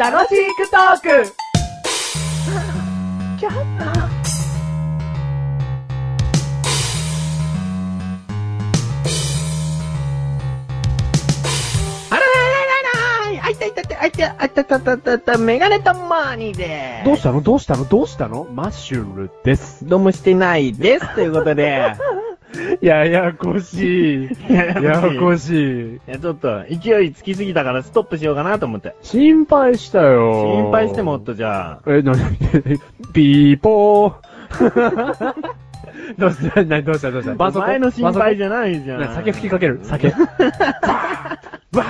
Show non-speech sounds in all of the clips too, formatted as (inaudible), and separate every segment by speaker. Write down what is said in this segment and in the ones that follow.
Speaker 1: 楽しくトーク
Speaker 2: あらららららあいたいたいたいたあいたたたたたメガネたまーにで
Speaker 3: どうしたのどうしたのどうしたのマッシュルです。
Speaker 2: どうもしてないです。ということ
Speaker 3: (laughs)
Speaker 2: で。
Speaker 3: ややこしい。 (laughs) ややこしい。
Speaker 2: いや、ちょっと、勢いつきすぎたからストップしようかなと思って。
Speaker 3: 心配したよ。
Speaker 2: 心配してもっ。とじゃあ。
Speaker 3: え、なに、 (laughs) ピーポ (laughs) ー。どうしたなにどうしたどうした
Speaker 2: お前の心配
Speaker 3: じ
Speaker 2: じゃないじ
Speaker 3: ゃ
Speaker 2: ゃ。
Speaker 3: なんい酒吹きかける。 (laughs) 酒。バーン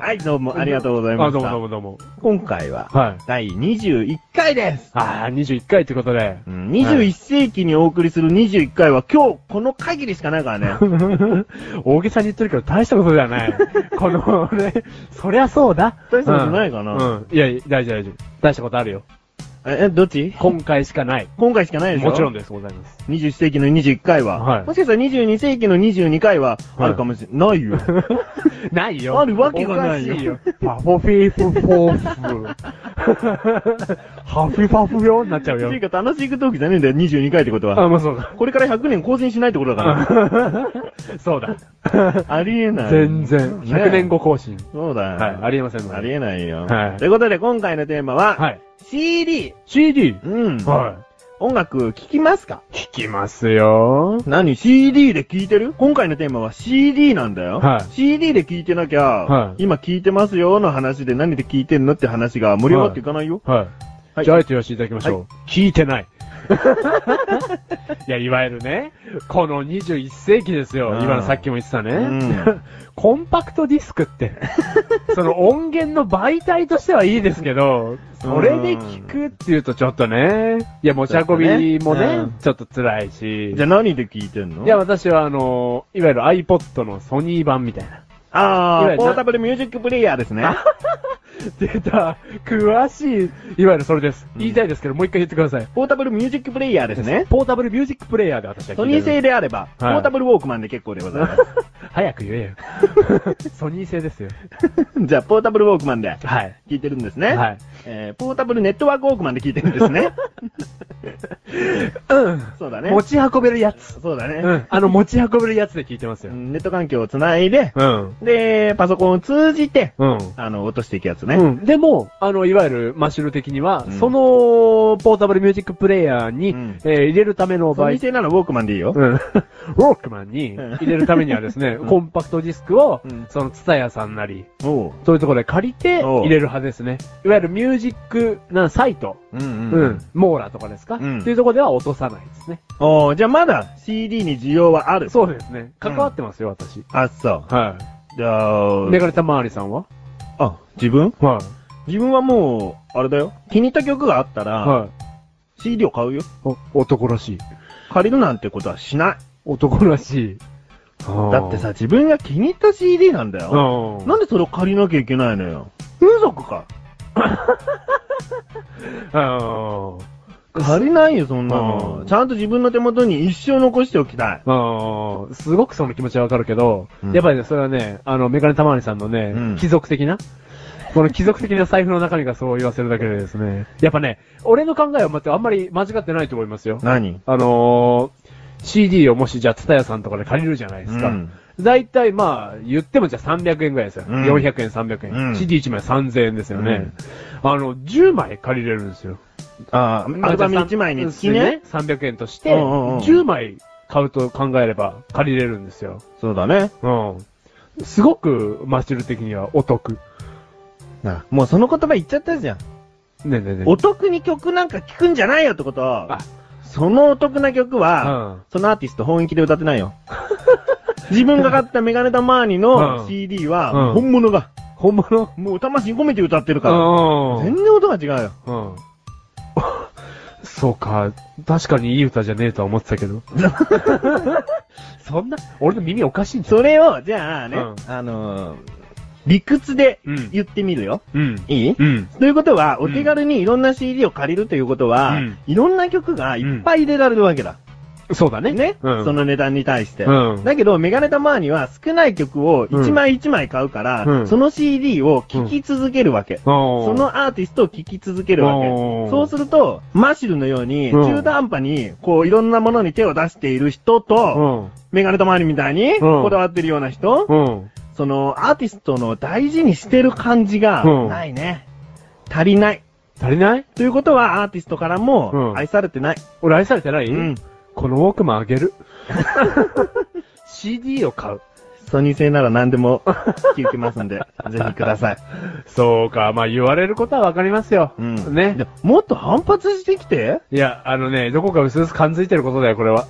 Speaker 2: はい、どうもありがとうござい
Speaker 3: あ、
Speaker 2: ま
Speaker 3: ど
Speaker 2: し
Speaker 3: うもどうもどう
Speaker 2: た。
Speaker 3: も。
Speaker 2: 今回は、
Speaker 3: はい。
Speaker 2: 第21回です。
Speaker 3: あー、21回ということ (laughs) で。
Speaker 2: うん21世紀にお送りする21回は今日この限りしかないから
Speaker 3: (laughs)
Speaker 2: ね。
Speaker 3: 大げさに言ってるけど大したことじゃない。この、ね、そりゃそうだ。
Speaker 2: 大したことないかな
Speaker 3: うん。うんいやいや、大丈夫大丈夫。大したことあるよ。
Speaker 2: え、えどっち
Speaker 3: 今回しかない。
Speaker 2: 今回しかないでしょ
Speaker 3: もちろんです、ございます。
Speaker 2: 21世紀の21回は、
Speaker 3: はい
Speaker 2: もしかしたら22世紀の22回は、
Speaker 3: はい
Speaker 2: あるかもしれな
Speaker 3: (laughs)
Speaker 2: いよ。
Speaker 3: ないよ。
Speaker 2: あるわけがないよ
Speaker 3: おかしパフォフィフフォーフ。ハフィファフよになっちゃ
Speaker 2: (laughs) っ
Speaker 3: う
Speaker 2: てい
Speaker 3: よ。
Speaker 2: うか楽しいトークじゃねえんだよ、22回ってことは。
Speaker 3: あ、まあそうだ。
Speaker 2: これから100年更新しないってことだか
Speaker 3: そうだ。
Speaker 2: ら。ありえない。
Speaker 3: (laughs) 全然。
Speaker 2: ね
Speaker 3: 100年後更新。
Speaker 2: そうだよ。
Speaker 3: はい。ありえませんので
Speaker 2: ありえないよ。
Speaker 3: はい
Speaker 2: ということで、今回のテーマは、
Speaker 3: はい。
Speaker 2: CD。
Speaker 3: CD?
Speaker 2: うん。
Speaker 3: は
Speaker 2: 音楽聴きますか
Speaker 3: い。聞きますよ。
Speaker 2: 何 ?CD で聴いてる今回のテーマは CD なんだよ。
Speaker 3: はい
Speaker 2: CD で聴いてなきゃ、
Speaker 3: はい
Speaker 2: 今聴いてますよの話で何で聴いてんのって話が盛り上がっていかないよ。
Speaker 3: は
Speaker 2: はい
Speaker 3: い。じゃあ、あえて言わせていただきましょう。聞いて
Speaker 2: (laughs)
Speaker 3: ない。いや、いわゆるね、この21世紀です
Speaker 2: う
Speaker 3: よ。
Speaker 2: ん
Speaker 3: 今のさっきも言ってたね。
Speaker 2: うん
Speaker 3: (laughs) コンパクトディスク
Speaker 2: (laughs)
Speaker 3: って、その音源の媒体としてはいいですけど、それで聞くっていうとちょっとね、いや、持ち運びも
Speaker 2: ちょっとねう
Speaker 3: ね
Speaker 2: ん、
Speaker 3: ちょっと辛いし
Speaker 2: じゃ。あ何で聞いてんの
Speaker 3: いや、私はあの、いわゆる iPod のソニー版みたいな。い
Speaker 2: あ
Speaker 3: わゆ
Speaker 2: ー、
Speaker 3: る
Speaker 2: ポータブルミュージックプレイヤーですね。
Speaker 3: 出た、詳しい、いわゆるそれです。
Speaker 2: うん
Speaker 3: 言いたいですけど、もう一回言ってください。
Speaker 2: ポータブルミュージックプレイヤーですね。
Speaker 3: ポータブルミュージックプレイヤーで私は
Speaker 2: ソ
Speaker 3: 聞
Speaker 2: ニ
Speaker 3: い
Speaker 2: ー
Speaker 3: て
Speaker 2: 製
Speaker 3: る。
Speaker 2: であれば、ポ
Speaker 3: はい
Speaker 2: ータブルウォークマンで結構でございます。
Speaker 3: 早く言
Speaker 2: (laughs)
Speaker 3: えよ。ソニー製ですよ。
Speaker 2: じゃあ、ポータブルウォークマンで
Speaker 3: はい。
Speaker 2: 聞いてるんですね。
Speaker 3: はい。
Speaker 2: えー、ポータブルネットワークウォークマンで聞いてるんです
Speaker 3: (laughs)
Speaker 2: ね。
Speaker 3: うん。
Speaker 2: そうだね。
Speaker 3: 持ち運べるやつ。
Speaker 2: そうだね、
Speaker 3: うん。あの、持ち運べるやつで聞いてます
Speaker 2: う
Speaker 3: よ。
Speaker 2: んネット環境をつないで、
Speaker 3: うん。
Speaker 2: で、パソコンを通じて、
Speaker 3: うん。
Speaker 2: あの、落としていくやつね。
Speaker 3: うん、でも、あの、いわゆるマッシュル的には、
Speaker 2: うん
Speaker 3: そのポータブルミュージックプレイヤーに、
Speaker 2: うん
Speaker 3: えー入れるための
Speaker 2: ソ
Speaker 3: 場合
Speaker 2: ニー、製ならウォークマンでいいよ。
Speaker 3: うん、ウ (laughs) ォークマンに
Speaker 2: うん
Speaker 3: 入れるためにはですね、
Speaker 2: うん
Speaker 3: コンパクトディスクを、
Speaker 2: うん
Speaker 3: そのツタヤさんなり、
Speaker 2: おう。
Speaker 3: そういうところで借りて
Speaker 2: おう
Speaker 3: 入れる派ですね。いわゆるミュージックなサイト、
Speaker 2: うんう
Speaker 3: うんん、モーラとかですか、
Speaker 2: うん
Speaker 3: っていうところでは落とさないですね。
Speaker 2: おうじゃあまだ CD に需要はある。
Speaker 3: そうですね。関わってますよ、私。
Speaker 2: あ、そ
Speaker 3: は
Speaker 2: う。じゃあ
Speaker 3: い。、メガネタマーリさんは
Speaker 2: あ、自分
Speaker 3: は
Speaker 2: 自分はもう、あれだよ。気に入った曲があったら、
Speaker 3: い。はい。
Speaker 2: CD を買うよ。
Speaker 3: お男らしい。
Speaker 2: 借りるなんてことはしない。
Speaker 3: 男らしい。だ
Speaker 2: だってさ、、自分が気に入った CD なんだ
Speaker 3: う
Speaker 2: よ。
Speaker 3: ん。
Speaker 2: なんでそれを借りなきゃいけないのよ。風俗か。
Speaker 3: あ
Speaker 2: 借りないよ、そんな
Speaker 3: う
Speaker 2: の。
Speaker 3: ん
Speaker 2: ちゃんと自分の手元に一生残しておきたい。
Speaker 3: あ、すごくその気持ちはわかるけど、
Speaker 2: うん
Speaker 3: やっぱりね、それはね、あの、メガネたまわりさんのね、
Speaker 2: うん
Speaker 3: 貴族的な、この貴族的な財布の中身がそう言わせるだけでですね、やっぱね、俺の考えはまたあんまり間違ってないと思いますよ。
Speaker 2: 何
Speaker 3: あのー、CD をもしじゃあ、ツタヤさんとかで借りるじゃないですか。
Speaker 2: うん
Speaker 3: だいたいまあ、言ってもじゃあ300円ぐらいですよ。
Speaker 2: うん
Speaker 3: 400円、300円。
Speaker 2: うん
Speaker 3: CD1 枚3000円ですよね。あの、10枚借りれるんですよ。
Speaker 2: ああ、アルバム1枚につきね。。
Speaker 3: 300円として、
Speaker 2: うんうんうん
Speaker 3: 10枚買うと考えれば借りれるんですよ。
Speaker 2: そうだね。
Speaker 3: うん。すごく、マシュル的にはお得。
Speaker 2: なもうその言葉言っちゃったじゃん。
Speaker 3: ねえねえねえ。
Speaker 2: お得に曲なんか聴くんじゃないよってこと
Speaker 3: あ。
Speaker 2: そのお得な曲
Speaker 3: う
Speaker 2: は、
Speaker 3: ん
Speaker 2: そのアーティスト本気で歌ってないよ。 (laughs) 自分が買ったメガネタマーニ
Speaker 3: う
Speaker 2: の
Speaker 3: ん
Speaker 2: CD
Speaker 3: う
Speaker 2: は、
Speaker 3: ん
Speaker 2: 本物が、
Speaker 3: 本物
Speaker 2: もう魂込めて歌ってるか
Speaker 3: う
Speaker 2: ら。
Speaker 3: ん
Speaker 2: 全。然音が違うよ。
Speaker 3: うん。 (laughs) そうか。確かにいい歌じゃねえとは思ってたけど。そんな、俺の耳おかしいんじゃん。
Speaker 2: それを、じゃあね、
Speaker 3: うん
Speaker 2: あのー、理屈で
Speaker 3: うん
Speaker 2: 言ってみるよ。
Speaker 3: うん。
Speaker 2: いい
Speaker 3: うん。
Speaker 2: ということは、
Speaker 3: う
Speaker 2: お
Speaker 3: ん
Speaker 2: 手軽にいろんな CD を借りるということ
Speaker 3: う
Speaker 2: は、
Speaker 3: ん
Speaker 2: いろんな曲がいっぱい入れられるわけだ。
Speaker 3: そうだね。
Speaker 2: ね、
Speaker 3: うん
Speaker 2: その値段に対して。
Speaker 3: うん
Speaker 2: だけど、メガネタマーニは少ない曲を
Speaker 3: うん
Speaker 2: 1枚1枚買うから、
Speaker 3: うん
Speaker 2: その CD を聴き続けるわけ。そ
Speaker 3: そ
Speaker 2: のアーティストを聴き続けるわけ。
Speaker 3: おー
Speaker 2: そうすると、マシルのように、
Speaker 3: うん
Speaker 2: 中途半端に、こう、いろんなものに手を出している人と、メガネタマーニみたいに、
Speaker 3: うん
Speaker 2: こだわってるような人、
Speaker 3: うん。うん。
Speaker 2: その、アーティストの大事にしてる感じが、
Speaker 3: うん
Speaker 2: ないね。足りない。
Speaker 3: 足りない
Speaker 2: ということは、アーティストから
Speaker 3: う
Speaker 2: も、
Speaker 3: ん
Speaker 2: 愛されてない。
Speaker 3: 俺愛されてない、
Speaker 2: うん。
Speaker 3: このウォークマンあげる。CD を買う。
Speaker 2: ソニー製なら何でも引き受けますんで、 (laughs) ぜひください。
Speaker 3: そうか。まあ言われることはわかりますよ。
Speaker 2: うん。
Speaker 3: ね。
Speaker 2: でもっと反発してきて
Speaker 3: いや、あのね、どこか薄々感づいてることだよ、これは。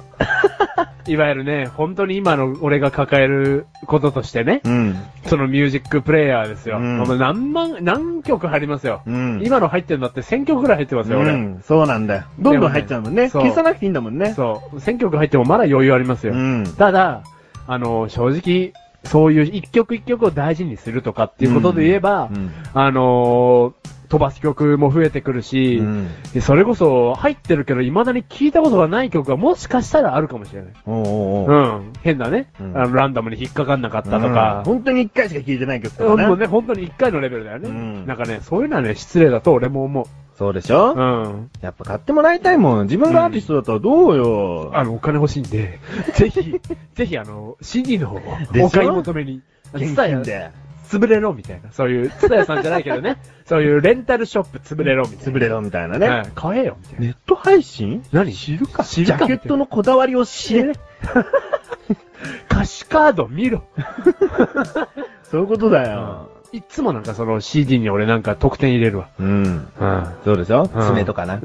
Speaker 3: いわゆるね、本当に今の俺が抱えることとしてね、
Speaker 2: うん。
Speaker 3: そのミュージックプレイヤーですよ。
Speaker 2: うん
Speaker 3: もう何万、何曲入りますよ。
Speaker 2: うん。
Speaker 3: 今の入ってるんだって1000曲ぐらい入ってますよ、
Speaker 2: う
Speaker 3: 俺。
Speaker 2: ん、そうなんだよ。どんどん入っちゃうもん
Speaker 3: でも
Speaker 2: ね。
Speaker 3: ねそう
Speaker 2: 消さなくていいんだもんね。
Speaker 3: そう。1000曲入ってもまだ余裕ありますよ。
Speaker 2: ん。
Speaker 3: ただ、あの、正直、そういう一曲一曲を大事にするとかっていうことで言えば、
Speaker 2: うん
Speaker 3: あのー飛ばす曲も増えてくるし、
Speaker 2: うん。
Speaker 3: でそれこそ入ってるけど未だに聴いたことがない曲がもしかしたらあるかもしれない。
Speaker 2: おうおう
Speaker 3: う。
Speaker 2: おうん
Speaker 3: 変なね、
Speaker 2: うん
Speaker 3: あのランダムに引っかかんなかったとか。
Speaker 2: 本当に一回しか聴いてない曲
Speaker 3: ほ
Speaker 2: と
Speaker 3: んも
Speaker 2: か
Speaker 3: う
Speaker 2: ね。
Speaker 3: ね、本当に一回のレベルだよね、
Speaker 2: うん
Speaker 3: なんかね、そういうのはね、失礼だと俺も思
Speaker 2: そうでし
Speaker 3: う。う
Speaker 2: ょ
Speaker 3: ん。
Speaker 2: やっぱ買ってもらいたいもん。自分がアーティストだったらどうよ。
Speaker 3: あの、お金欲しいんで、 (laughs) ぜひ、ぜひあの、CD の方を
Speaker 2: でしょ
Speaker 3: お買い求めに。蔦
Speaker 2: 現金
Speaker 3: 屋
Speaker 2: で。
Speaker 3: 潰れろみたいな。そういう、つたやさんじゃないけど
Speaker 2: (laughs)
Speaker 3: ね。そういうレンタルショップ潰れろみたいな。
Speaker 2: 潰れろみたいな
Speaker 3: は
Speaker 2: ね。
Speaker 3: い買えよみたいな。
Speaker 2: ネット配信
Speaker 3: 何知るか知
Speaker 2: ジ
Speaker 3: るか
Speaker 2: ャケットのこだわりを知れ。
Speaker 3: 歌詞カード見ろ。
Speaker 2: そういうことだ
Speaker 3: うん
Speaker 2: よ。
Speaker 3: いつもなんかその CD に俺なんか得点入れるわ。
Speaker 2: うん。
Speaker 3: うん。
Speaker 2: そうでしょ
Speaker 3: うん
Speaker 2: 爪とかな。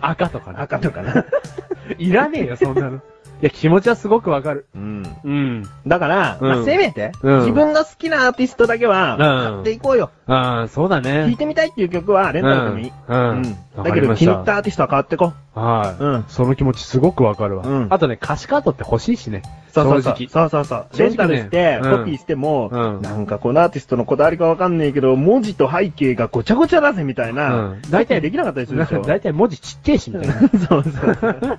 Speaker 3: 赤とかな。
Speaker 2: 赤とかな。
Speaker 3: (laughs) いらねえよ、そんなの。いや、気持ちはすごくわかる。
Speaker 2: うん。
Speaker 3: うん。
Speaker 2: だから、
Speaker 3: うん
Speaker 2: まあせめて、
Speaker 3: うん
Speaker 2: 自分が好きなアーティストだけは、
Speaker 3: うん
Speaker 2: 買っていこうよ。
Speaker 3: ああ、そうだ
Speaker 2: 聴い
Speaker 3: ね。
Speaker 2: てみたいっていう曲は、レンタルでもいい。
Speaker 3: うんうんわ
Speaker 2: だ
Speaker 3: か
Speaker 2: け
Speaker 3: り
Speaker 2: ど、
Speaker 3: ま
Speaker 2: 気
Speaker 3: した
Speaker 2: に入ったアーティストは変わってこ
Speaker 3: はい。
Speaker 2: うん
Speaker 3: その気持ちすごくわかるわ。
Speaker 2: うん
Speaker 3: あとね、歌詞カードって欲しいしね。
Speaker 2: う。そうそう
Speaker 3: 正直。
Speaker 2: そうそうそう。
Speaker 3: 正直ね
Speaker 2: レンタルして、
Speaker 3: うん
Speaker 2: コピーしても、
Speaker 3: うん
Speaker 2: なんかこのアーティストのこだわりかわかんないけど、文字と背景がごちゃごちゃだぜみたいな
Speaker 3: うん、
Speaker 2: 大体できなかったりする
Speaker 3: な
Speaker 2: で
Speaker 3: んか
Speaker 2: しょ。
Speaker 3: 大体文字ちっちゃいし、みたいな。
Speaker 2: そうそうそう。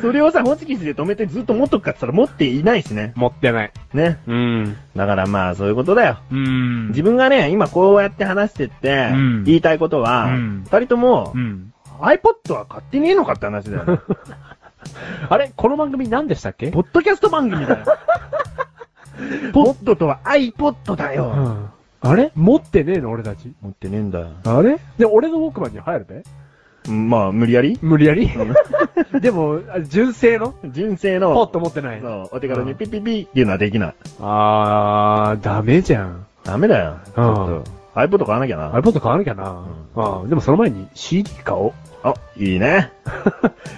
Speaker 2: それをさ、ホチキスで止めてずっと持っとくかって言ったら持っていないしね。
Speaker 3: 持ってない。
Speaker 2: ね。
Speaker 3: うん。
Speaker 2: だからまあ、そういうことだよ。
Speaker 3: うん。
Speaker 2: 自分がね、今こうやって話してって
Speaker 3: うん、
Speaker 2: 言いたいことは、
Speaker 3: うん
Speaker 2: 二人とも、
Speaker 3: うん。
Speaker 2: iPod は買ってねえのかって話だ
Speaker 3: (laughs)
Speaker 2: よね。
Speaker 3: あれこの番組何でしたっけ
Speaker 2: ポッドキャスト番組だ
Speaker 3: (laughs)
Speaker 2: よ。ポッドとは iPod だ
Speaker 3: う
Speaker 2: よ。
Speaker 3: ん。あれ持ってねえの俺たち。
Speaker 2: 持ってねえんだよ。
Speaker 3: あれで、俺のウォークマンに入るべ
Speaker 2: まあ、無理やり
Speaker 3: 無理やり (laughs) でも、あ純正の
Speaker 2: 純正の、
Speaker 3: ポッと持ってない。
Speaker 2: そう、お手軽にピピピっていうのはできない。
Speaker 3: あー、ダメじゃん。
Speaker 2: ダメだよ。ち
Speaker 3: う
Speaker 2: ょ
Speaker 3: ん
Speaker 2: っと、iPod 買わなきゃ
Speaker 3: あれ
Speaker 2: な。
Speaker 3: ポッと買わなきゃな。
Speaker 2: ん
Speaker 3: うん。でもその前に CD 買おう。
Speaker 2: あ、いいね。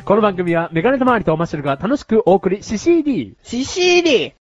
Speaker 3: この番組はメガネと周りとマッシュルが楽しくお送りし CD。
Speaker 2: シシーリ